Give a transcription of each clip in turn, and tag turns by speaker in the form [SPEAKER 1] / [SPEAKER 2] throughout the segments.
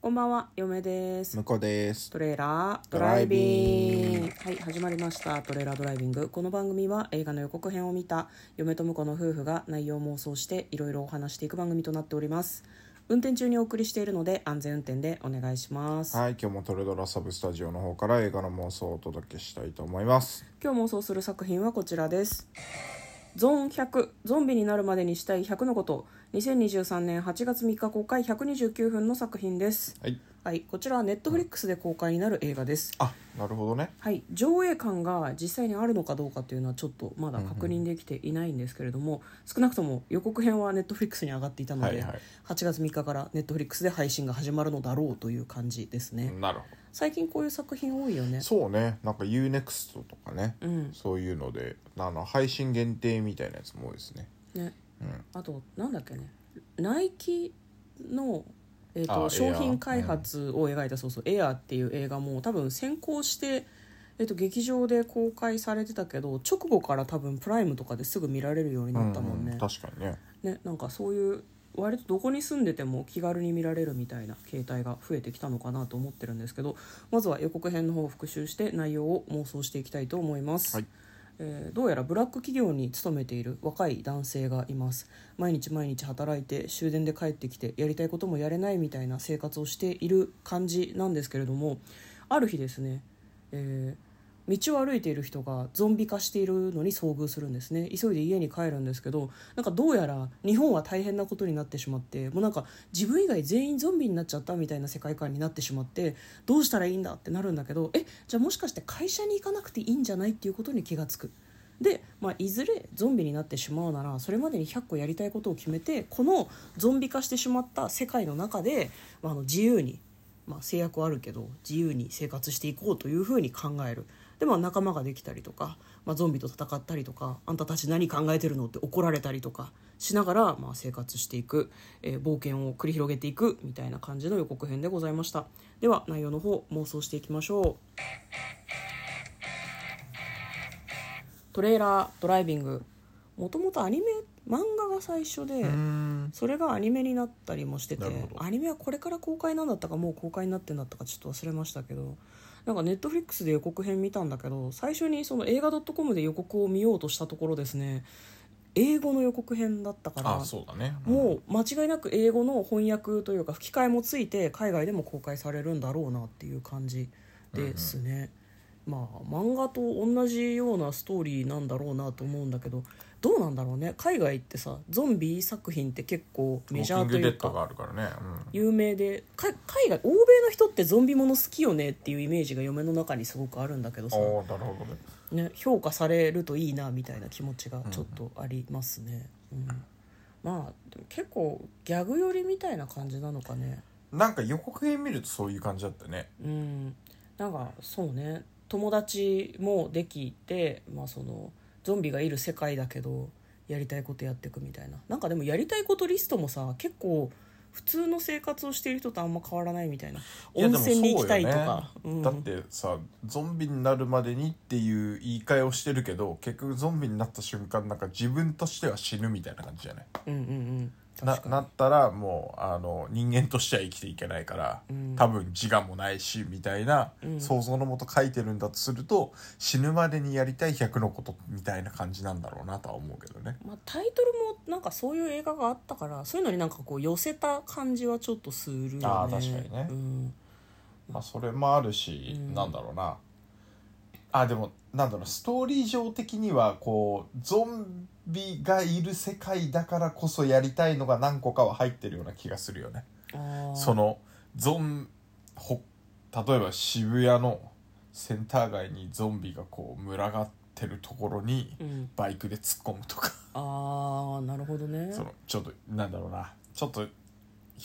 [SPEAKER 1] こんばんは、嫁です。
[SPEAKER 2] 向こうです。
[SPEAKER 1] トレーラード
[SPEAKER 2] ド
[SPEAKER 1] ラ
[SPEAKER 2] ラ
[SPEAKER 1] イ
[SPEAKER 2] イ
[SPEAKER 1] ビ
[SPEAKER 2] ビ
[SPEAKER 1] ン
[SPEAKER 2] ン
[SPEAKER 1] グ。はい、始まりました。トレーラードライビング。この番組は映画の予告編を見た嫁と婿の夫婦が内容を妄想していろいろお話していく番組となっております。運転中にお送りしているので安全運転でお願いします。
[SPEAKER 2] はい、今日もトレドラサブスタジオの方から映画の妄想をお届けしたいと思います。
[SPEAKER 1] 今日妄想する作品はこちらですゾーン100ゾンビになるまでにしたい100のこと2023年8月3日公開129分の作品です
[SPEAKER 2] はい。
[SPEAKER 1] はいこちらはネットフリックスで公開になる映画です
[SPEAKER 2] あ、なるほどね。
[SPEAKER 1] はい、上映感が実際にあるのかどうかというのはちょっとまだ確認できていないんですけれども、少なくとも予告編はネットフリックスに上がっていたので、
[SPEAKER 2] はいはい
[SPEAKER 1] 8月3日からネットフリックスで配信が始まるのだろうという感じですね、
[SPEAKER 2] なるほ
[SPEAKER 1] 最近こういう作品多いよね
[SPEAKER 2] ど。そうね、なんか UNEXT とかね、
[SPEAKER 1] うん
[SPEAKER 2] そういうので、あの配信限定みたいなやつも多いですね。
[SPEAKER 1] ね
[SPEAKER 2] うん。
[SPEAKER 1] あとなんだっけねナイキの、えー、と
[SPEAKER 2] あ
[SPEAKER 1] 商
[SPEAKER 2] エアーう
[SPEAKER 1] 品
[SPEAKER 2] ん
[SPEAKER 1] 開発を描いた、そうそう「エアーっていう映画も多分先行して、えー、と劇場で公開されてたけど直後から多分プライムとかですぐ見られるようになったもんね,、
[SPEAKER 2] うう確かにね。
[SPEAKER 1] ねなんかそういう割とどこに住んでても気軽に見られるみたいな形態が増えてきたのかなと思ってるんですけどまずは予告編の方を復習して内容を妄想していきたいと思います。
[SPEAKER 2] はい
[SPEAKER 1] えーどうやらブラック企業に勤めている若い男性がいます毎日毎日働いて終電で帰ってきてやりたいこともやれないみたいな生活をしている感じなんですけれどもある日ですね、えー道を歩いている人がゾンビ化しているのに遭遇するんですね急いで家に帰るんですけどなんかどうやら日本は大変なことになってしまってもうなんか自分以外全員ゾンビになっちゃったみたいな世界観になってしまってどうしたらいいんだってなるんだけどえじゃあもしかして会社に行かなくていいんじゃないっていうことに気がつくで、まあ、いずれゾンビになってしまうならそれまでに100個やりたいことを決めてこのゾンビ化してしまった世界の中で、まあ、あの自由に、まあ、制約はあるけど自由に生活していこうというふうに考える。でまあ、仲間ができたりとか、まあ、ゾンビと戦ったりとかあんたたち何考えてるのって怒られたりとかしながら、まあ、生活していく、えー冒険を繰り広げていくみたいな感じの予告編でございましたでは内容の方妄想していきましょうトレーラードライビングもともとアニメ漫画が最初で
[SPEAKER 2] うん。
[SPEAKER 1] それがアニメになったりもしてて
[SPEAKER 2] なるほど
[SPEAKER 1] アニメはこれから公開なんだったかもう公開になってんだったかちょっと忘れましたけどなんかネットフリックスで予告編見たんだけど最初にその映画 .com で予告を見ようとしたところですね英語の予告編だったから
[SPEAKER 2] あ、そうだね。ん
[SPEAKER 1] もう間違いなく英語の翻訳というか吹き替えもついて海外でも公開されるんだろうなっていう感じですね、まあ漫画と同じようなストーリーなんだろうなと思うんだけどどうなんだろうね海外ってさゾンビ作品って結構メジャーと
[SPEAKER 2] ウォーキング
[SPEAKER 1] い
[SPEAKER 2] デ
[SPEAKER 1] う
[SPEAKER 2] ッドが
[SPEAKER 1] か
[SPEAKER 2] あるからね。
[SPEAKER 1] 有名でか海外欧米の人ってゾンビもの好きよねっていうイメージが嫁の中にすごくあるんだけど
[SPEAKER 2] う
[SPEAKER 1] さ、
[SPEAKER 2] ん。おお、なるほどね。
[SPEAKER 1] ね、評価されるといいなみたいな気持ちがちょっとありますね、うんまあでも結構ギャグ寄りみたいな感じなのかね
[SPEAKER 2] なんか予告編見るとそういう感じだったね。
[SPEAKER 1] うんなんかそうね友達もできて、まあ、そのゾンビがいる世界だけどやりたいことやっていくみたいななんかでもやりたいことリストもさ結構普通の生活をしている人とあんま変わらないみたいない
[SPEAKER 2] や
[SPEAKER 1] 温
[SPEAKER 2] でも
[SPEAKER 1] 泉に行きたいと
[SPEAKER 2] そうよ
[SPEAKER 1] か
[SPEAKER 2] ね
[SPEAKER 1] うん
[SPEAKER 2] だってさゾンビになるまでにっていう言い換えをしてるけど結局ゾンビになった瞬間なんか自分としては死ぬみたいな感じじゃない
[SPEAKER 1] うんうんうん
[SPEAKER 2] な
[SPEAKER 1] 確かに
[SPEAKER 2] なったらもうあの人間としては生きていけないから、
[SPEAKER 1] うん
[SPEAKER 2] 多分自我もないしみたいな、
[SPEAKER 1] うん
[SPEAKER 2] 想像のもと書いてるんだとすると死ぬまでにやりたい100のことみたいな感じなんだろうなとは思うけどね。
[SPEAKER 1] まあ、タイトルもなんかそういう映画があったからそういうのになんかこう寄せた感じはちょっとするよね
[SPEAKER 2] あー確かにね
[SPEAKER 1] うん、
[SPEAKER 2] まあ、それもあるし、
[SPEAKER 1] うん
[SPEAKER 2] なんだろうなあでもなんだろうストーリー上的にはこうゾンビがいる世界だからこそやりたいのが何個かは入ってるような気がするよね。
[SPEAKER 1] あー
[SPEAKER 2] そのゾンほ例えば渋谷のセンター街にゾンビがこう群がってるところに
[SPEAKER 1] うん、
[SPEAKER 2] バイクで突っ込むとか、
[SPEAKER 1] あーなるほどね
[SPEAKER 2] そのちょっとなんだろうなちょっと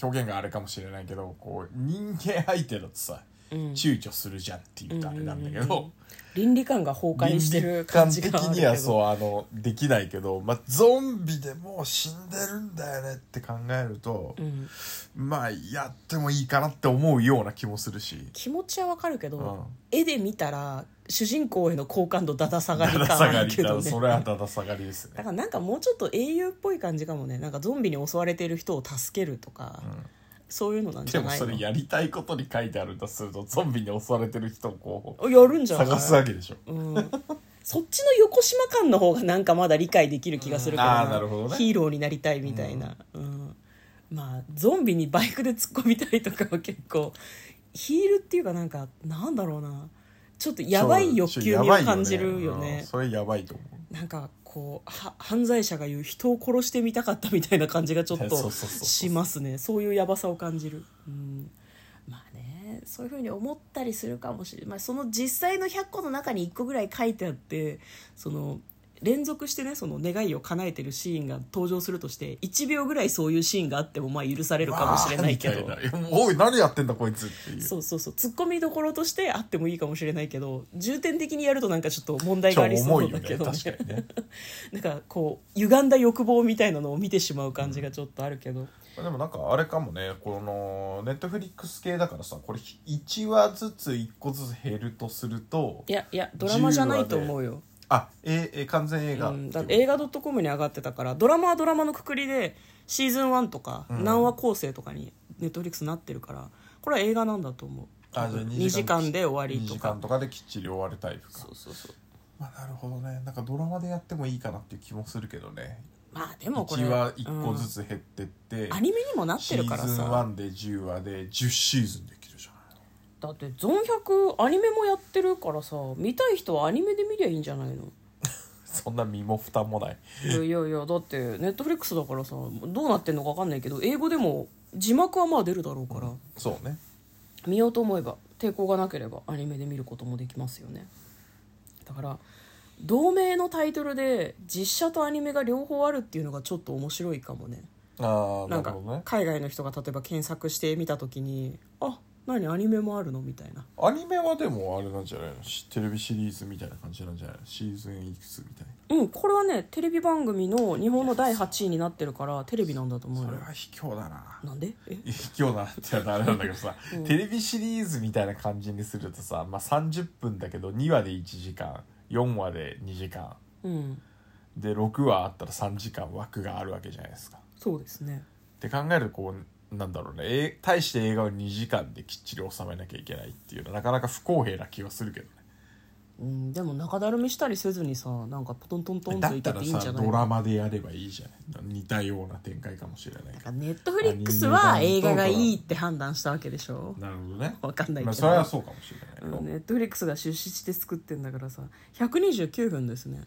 [SPEAKER 2] 表現があれかもしれないけどこう人間相手だとさ
[SPEAKER 1] うん
[SPEAKER 2] 躊躇するじゃんって言うとあれなんだけど。
[SPEAKER 1] うんうんうんうん倫理観が崩壊してる感
[SPEAKER 2] 感
[SPEAKER 1] じ
[SPEAKER 2] 的
[SPEAKER 1] があるけ
[SPEAKER 2] に
[SPEAKER 1] ど
[SPEAKER 2] はそうあのできないけど、まあ、ゾンビでもう死んでるんだよねって考えると、
[SPEAKER 1] うん、
[SPEAKER 2] まあやってもいいかなって思うような気もするし
[SPEAKER 1] 気持ちはわかるけど、
[SPEAKER 2] うん
[SPEAKER 1] 絵で見たら主人公への好感度だだ下がり
[SPEAKER 2] だだ
[SPEAKER 1] 感
[SPEAKER 2] 下
[SPEAKER 1] あ
[SPEAKER 2] が
[SPEAKER 1] る
[SPEAKER 2] り
[SPEAKER 1] けど
[SPEAKER 2] だ
[SPEAKER 1] ね
[SPEAKER 2] それはだだ下がりです
[SPEAKER 1] だ
[SPEAKER 2] ね、
[SPEAKER 1] からなんかもうちょっと英雄っぽい感じかもねなんかゾンビに襲われてる人を助けるとか、
[SPEAKER 2] うん
[SPEAKER 1] そういうのなんじ
[SPEAKER 2] で
[SPEAKER 1] ゃ
[SPEAKER 2] も
[SPEAKER 1] ない
[SPEAKER 2] そ
[SPEAKER 1] の
[SPEAKER 2] れやりたいことに書いてあるんだとするとゾンビに襲われてる人をこ
[SPEAKER 1] あやるん
[SPEAKER 2] う
[SPEAKER 1] じゃない
[SPEAKER 2] 探すわけでしょ
[SPEAKER 1] うん、そっちの横島感の方がなんかまだ理解できる気がするから
[SPEAKER 2] うんあーなるほどね
[SPEAKER 1] ヒーローになりたいみたいな、うんまあゾンビにバイクで突っ込みたいとかは結構ヒールっていうかなんかなんだろうなちょっとやばい欲求味を感じるよね
[SPEAKER 2] うんそれやばいと思う
[SPEAKER 1] なんかこうは犯罪者が言う人を殺してみたかったみたいな感じがちょっ
[SPEAKER 2] そうそう
[SPEAKER 1] と
[SPEAKER 2] そうそう
[SPEAKER 1] しますねそういうやばさを感じる、うん、まあねそういうふうに思ったりするかもしれない、まあ、その実際の100個の中に1個ぐらい書いてあってその連続してねその願いを叶えてるシーンが登場するとして1秒ぐらいそういうシーンがあってもまあ許されるかもしれないけど
[SPEAKER 2] わーみたいなおい何やってんだこいつっていう
[SPEAKER 1] そうそうそうツッコミどころとしてあってもいいかもしれないけど重点的にやるとなんかちょっと問題
[SPEAKER 2] 超
[SPEAKER 1] がありそ
[SPEAKER 2] 重
[SPEAKER 1] う
[SPEAKER 2] い
[SPEAKER 1] だ
[SPEAKER 2] よ
[SPEAKER 1] け
[SPEAKER 2] ね
[SPEAKER 1] ど、ね、
[SPEAKER 2] 確かにね
[SPEAKER 1] なんかこう歪んだ欲望みたいなのを見てしまう感じがちょっとあるけど、
[SPEAKER 2] でもなんかあれかもねこのネットフリックス系だからさこれ1話ずつ1個ずつ減るとすると
[SPEAKER 1] いやいやドラマじゃないと思うよ、
[SPEAKER 2] あええ完全映
[SPEAKER 1] う
[SPEAKER 2] 画、
[SPEAKER 1] ん、だって映
[SPEAKER 2] 画
[SPEAKER 1] 画 .com に上がってたからドラマはドラマのくくりでシーズン1とか
[SPEAKER 2] うん
[SPEAKER 1] 何話構成とかにネットフリックスなってるからこれは映画なんだと思う
[SPEAKER 2] あじゃあ
[SPEAKER 1] 2時間で終わり
[SPEAKER 2] 2
[SPEAKER 1] と
[SPEAKER 2] 時
[SPEAKER 1] か
[SPEAKER 2] 間とかできっちり終わるタイプか
[SPEAKER 1] そうそうそう
[SPEAKER 2] まあなるほどねなんかドラマでやってもいいかなっていう気もするけどね
[SPEAKER 1] まあでもこれ
[SPEAKER 2] 1話1個ず
[SPEAKER 1] つ、
[SPEAKER 2] つ減ってって、
[SPEAKER 1] うんアニメにもなって
[SPEAKER 2] シー
[SPEAKER 1] る
[SPEAKER 2] ズ
[SPEAKER 1] か
[SPEAKER 2] ン
[SPEAKER 1] らさ
[SPEAKER 2] 1で10話で10シーズンできるじゃない
[SPEAKER 1] だってゾン100アニメもやってるからさ見たい人はアニメで見りゃいいんじゃないの
[SPEAKER 2] そんな身も蓋もない
[SPEAKER 1] いやいやいやだってネットフリックスだからさどうなってんのか分かんないけど英語でも字幕はまあ出るだろうから、
[SPEAKER 2] そうね
[SPEAKER 1] 見ようと思えば抵抗がなければアニメで見ることもできますよねだから同名のタイトルで実写とアニメが両方あるっていうのがちょっと面白いかもね
[SPEAKER 2] ああ
[SPEAKER 1] な
[SPEAKER 2] なんる
[SPEAKER 1] か
[SPEAKER 2] ほどね
[SPEAKER 1] 海外の人が例えば検索してみた時にあ何アニメもあるのみたいな
[SPEAKER 2] アニメはでもあれなんじゃないのしテレビシリーズみたいな感じなんじゃないのシーズンいくつみたい
[SPEAKER 1] うんこれはねテレビ番組の日本の第8位になってるからテレビなんだと思
[SPEAKER 2] な
[SPEAKER 1] う
[SPEAKER 2] それ
[SPEAKER 1] よ
[SPEAKER 2] は卑怯だな
[SPEAKER 1] なんでえ
[SPEAKER 2] 卑怯だなって言われたらあれなんだけどさ、
[SPEAKER 1] うん
[SPEAKER 2] テレビシリーズみたいな感じにするとさ、まあ、30分だけど2話で1時間4話で2時間
[SPEAKER 1] うん
[SPEAKER 2] で6話あったら3時間枠があるわけじゃないですか。
[SPEAKER 1] そうですね
[SPEAKER 2] って考えるとこうなんだろうねえ対して映画を2時間できっちり収めなきゃいけないっていうのはなかなか不公平な気はするけどね。
[SPEAKER 1] うん、でも中だるみしたりせずにさなんかトントントン
[SPEAKER 2] だ
[SPEAKER 1] と
[SPEAKER 2] っ
[SPEAKER 1] いけ
[SPEAKER 2] た
[SPEAKER 1] て
[SPEAKER 2] ら
[SPEAKER 1] いいん
[SPEAKER 2] さ
[SPEAKER 1] じゃない
[SPEAKER 2] ドラマでやればいいじゃない似たような展開かもしれないけど
[SPEAKER 1] ネットフリックスは
[SPEAKER 2] アニメ
[SPEAKER 1] 映
[SPEAKER 2] 版と
[SPEAKER 1] 画がいいって判断したわけでしょ
[SPEAKER 2] なるほどね
[SPEAKER 1] わかんない
[SPEAKER 2] ま
[SPEAKER 1] け
[SPEAKER 2] あ、
[SPEAKER 1] ど、
[SPEAKER 2] それはそうかもしれない、
[SPEAKER 1] うんネットフリックスが出資して作ってんだからさ129分ですね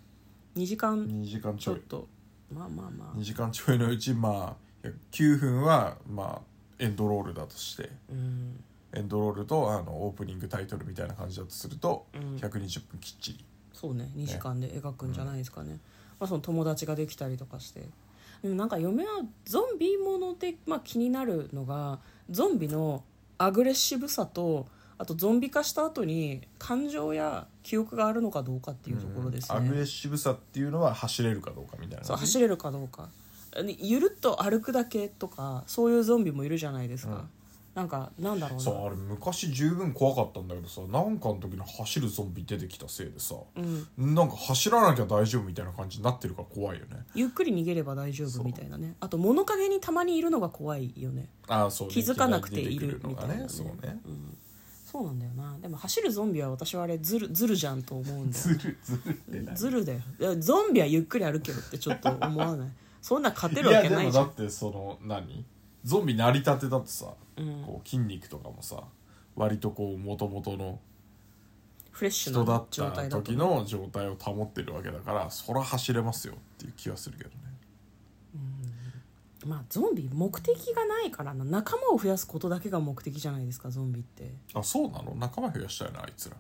[SPEAKER 1] 2時間
[SPEAKER 2] 2時間ち
[SPEAKER 1] ち
[SPEAKER 2] ょ
[SPEAKER 1] ょっ
[SPEAKER 2] い
[SPEAKER 1] とまあまあま
[SPEAKER 2] 2
[SPEAKER 1] あ
[SPEAKER 2] 時間ちょいのうちまあ9分はまあエンドロールだとして
[SPEAKER 1] うん
[SPEAKER 2] エンドロールとあのオープニングタイトルみたいな感じだとすると、
[SPEAKER 1] うん
[SPEAKER 2] 120分きっちり
[SPEAKER 1] そうね2時間で描くんじゃないですかね、まあ、その友達ができたりとかしてでもなんか嫁はゾンビもので、まあ、気になるのがゾンビのアグレッシブさとあとゾンビ化した後に感情や記憶があるのかどうかっていうところですね、
[SPEAKER 2] アグレッシブさっていうのは走れるかどうかみたいな
[SPEAKER 1] そう走れるかどうかゆるっと歩くだけとかそういうゾンビもいるじゃないですか、
[SPEAKER 2] うん
[SPEAKER 1] なんかなんだろう
[SPEAKER 2] さ
[SPEAKER 1] な
[SPEAKER 2] あれ昔十分怖かったんだけどさなんかの時に走るゾンビ出てきたせいでさ
[SPEAKER 1] うん、
[SPEAKER 2] なんか走らなきゃ大丈夫みたいな感じになってるから怖いよね
[SPEAKER 1] ゆっくり逃げれば大丈
[SPEAKER 2] そ
[SPEAKER 1] 夫
[SPEAKER 2] う
[SPEAKER 1] みたいなねあと物陰にたまにいるのが怖いよね、
[SPEAKER 2] ああそうね
[SPEAKER 1] 気づかなくてい
[SPEAKER 2] きなり
[SPEAKER 1] る
[SPEAKER 2] 出てく
[SPEAKER 1] みたい
[SPEAKER 2] の
[SPEAKER 1] な
[SPEAKER 2] が
[SPEAKER 1] ね
[SPEAKER 2] ねそうね
[SPEAKER 1] うん、そうなんだよなでも走るゾンビは私はあれずるずるじゃんと思うんだよ
[SPEAKER 2] ずるずるってな
[SPEAKER 1] ずるだよいやゾンビはゆっくり歩けよってちょっと思わない そんな勝てる
[SPEAKER 2] い
[SPEAKER 1] わ
[SPEAKER 2] や
[SPEAKER 1] け
[SPEAKER 2] で
[SPEAKER 1] ない
[SPEAKER 2] も
[SPEAKER 1] じゃ
[SPEAKER 2] だ
[SPEAKER 1] ん
[SPEAKER 2] ってその何ゾンビ成り立てだとさ、
[SPEAKER 1] うん
[SPEAKER 2] こう筋肉とかもさ割とこう元々の
[SPEAKER 1] フレッシュ
[SPEAKER 2] 人だ
[SPEAKER 1] な
[SPEAKER 2] っ
[SPEAKER 1] 状
[SPEAKER 2] た
[SPEAKER 1] 態だと
[SPEAKER 2] 時の状態を保ってるわけだからそら走れますよっていう気はするけどね
[SPEAKER 1] まあゾンビ目的がないからな仲間を増やすことだけが目的じゃないですかゾンビって
[SPEAKER 2] あそうなの仲間増やしたよねあいつら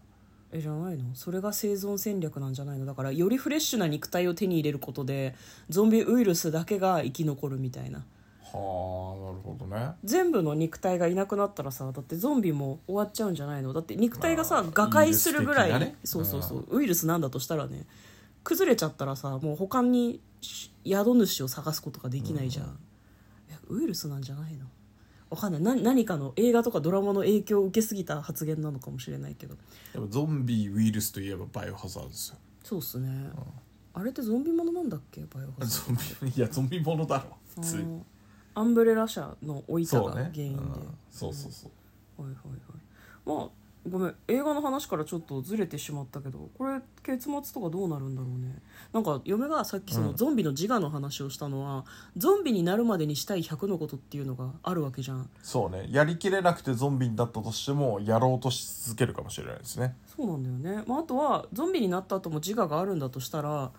[SPEAKER 1] えじゃないのそれが生存戦略なんじゃないのだからよりフレッシュな肉体を手に入れることでゾンビウイルスだけが生き残るみたいな
[SPEAKER 2] はあなるほどね
[SPEAKER 1] 全部の肉体がいなくなったらさだってゾンビも終わっちゃうんじゃないのだって肉体がさ
[SPEAKER 2] まあ
[SPEAKER 1] 瓦解するぐら
[SPEAKER 2] ウイ
[SPEAKER 1] い、
[SPEAKER 2] ルス的なね
[SPEAKER 1] そうそうそうウイルスなんだとしたらね崩れちゃったらさもう他にし宿主を探すことができないじゃん、いやウイルスなんじゃないのわかんないな何かの映画とかドラマの影響を受けすぎた発言なのかもしれないけど
[SPEAKER 2] でもゾンビウイルスといえばバイオハザードですよ
[SPEAKER 1] そうっすね、あれってゾンビものなんだっけバイオハザード
[SPEAKER 2] ゾンビいやゾンビものだろ普通に
[SPEAKER 1] うんアンブレラ社の老いた
[SPEAKER 2] そう
[SPEAKER 1] が
[SPEAKER 2] ね
[SPEAKER 1] 原因で、
[SPEAKER 2] うんそうそうそう
[SPEAKER 1] はいはいはいまあごめん映画の話からちょっとずれてしまったけどこれ結末とかどうなるんだろうねなんか嫁がさっきその
[SPEAKER 2] うん
[SPEAKER 1] ゾンビの自我の話をしたのは、ゾンビになるまでにしたい100のことっていうのがあるわけじゃん
[SPEAKER 2] そうねやりきれなくてゾンビになったとしてもやろうとし続けるかもしれないですね
[SPEAKER 1] そうなんだよね、まあ、あとはゾンビになった後も自我があるんだとしたら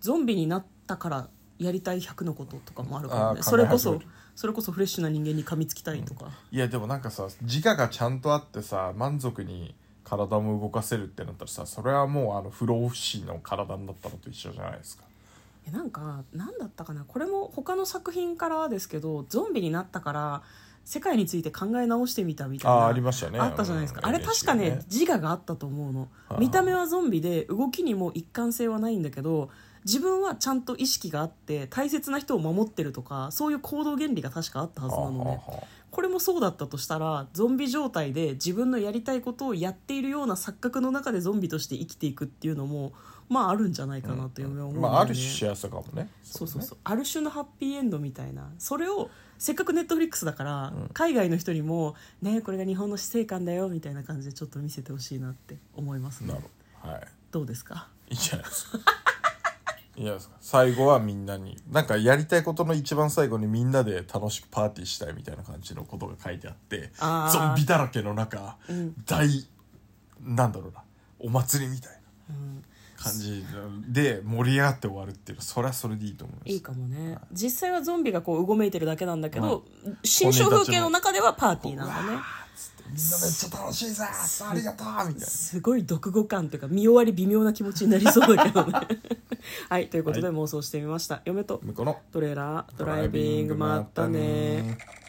[SPEAKER 1] ゾンビになったからやりたい100のこととかもあるからね
[SPEAKER 2] あー
[SPEAKER 1] それこ
[SPEAKER 2] 考
[SPEAKER 1] そ
[SPEAKER 2] え始める
[SPEAKER 1] それこそフレッシュな人間に噛みつきたいとか、
[SPEAKER 2] いやでもなんかさ自我がちゃんとあってさ満足に体も動かせるってなったらさそれはもうあの不老不死の体になったのと一緒じゃないですか
[SPEAKER 1] えなんか何だったかなこれも他の作品からですけどゾンビになったから世界について考え直してみたみたい
[SPEAKER 2] あ
[SPEAKER 1] な
[SPEAKER 2] あーありましたね
[SPEAKER 1] あったじゃないですか、
[SPEAKER 2] うん
[SPEAKER 1] あれ確かね
[SPEAKER 2] NHK
[SPEAKER 1] 自我があったと思うの
[SPEAKER 2] あー
[SPEAKER 1] 見た目はゾンビで動きにも一貫性はないんだけど自分はちゃんと意識があって大切な人を守ってるとかそういう行動原理が確かあったはずなのね
[SPEAKER 2] はあはあは
[SPEAKER 1] これもそうだったとしたらゾンビ状態で自分のやりたいことをやっているような錯覚の中でゾンビとして生きていくっていうのもまああるんじゃない
[SPEAKER 2] あ
[SPEAKER 1] かなと嫁は思うんだよね、
[SPEAKER 2] まあある種幸せかもね
[SPEAKER 1] そうそう
[SPEAKER 2] ね
[SPEAKER 1] そうある種のハッピーエンドみたいなそれをせっかくネットフリックスだから、
[SPEAKER 2] うん
[SPEAKER 1] 海外の人にも「ねこれが日本の死生観だよ」みたいな感じでちょっと見せてほしいなって思います
[SPEAKER 2] な
[SPEAKER 1] ね
[SPEAKER 2] るほどはい
[SPEAKER 1] どうですか
[SPEAKER 2] いいじゃないですかいいじゃないですか最後はみんなになんかやりたいことの一番最後にみんなで楽しくパーティーしたいみたいな感じのことが書いてあって
[SPEAKER 1] あー
[SPEAKER 2] ゾンビだらけの中、
[SPEAKER 1] うん
[SPEAKER 2] 大なんだろうなお祭りみたいな
[SPEAKER 1] うん
[SPEAKER 2] 感じで盛り上がって終わるっていうのはそれはそれでいいと思います
[SPEAKER 1] いいかもね、実際はゾンビがこううごめいてるだけなんだけど、新商風景の中ではパーティーなんだ
[SPEAKER 2] う
[SPEAKER 1] ね
[SPEAKER 2] わーっつってみんなめっちゃ楽しいさありがとうみたいな
[SPEAKER 1] すごい読語感というか見終わり微妙な気持ちになりそうだけどねはいということで
[SPEAKER 2] は
[SPEAKER 1] 妄想してみました、嫁と
[SPEAKER 2] 向こうの
[SPEAKER 1] トレーラードライビングまったね
[SPEAKER 2] ドライビングまったね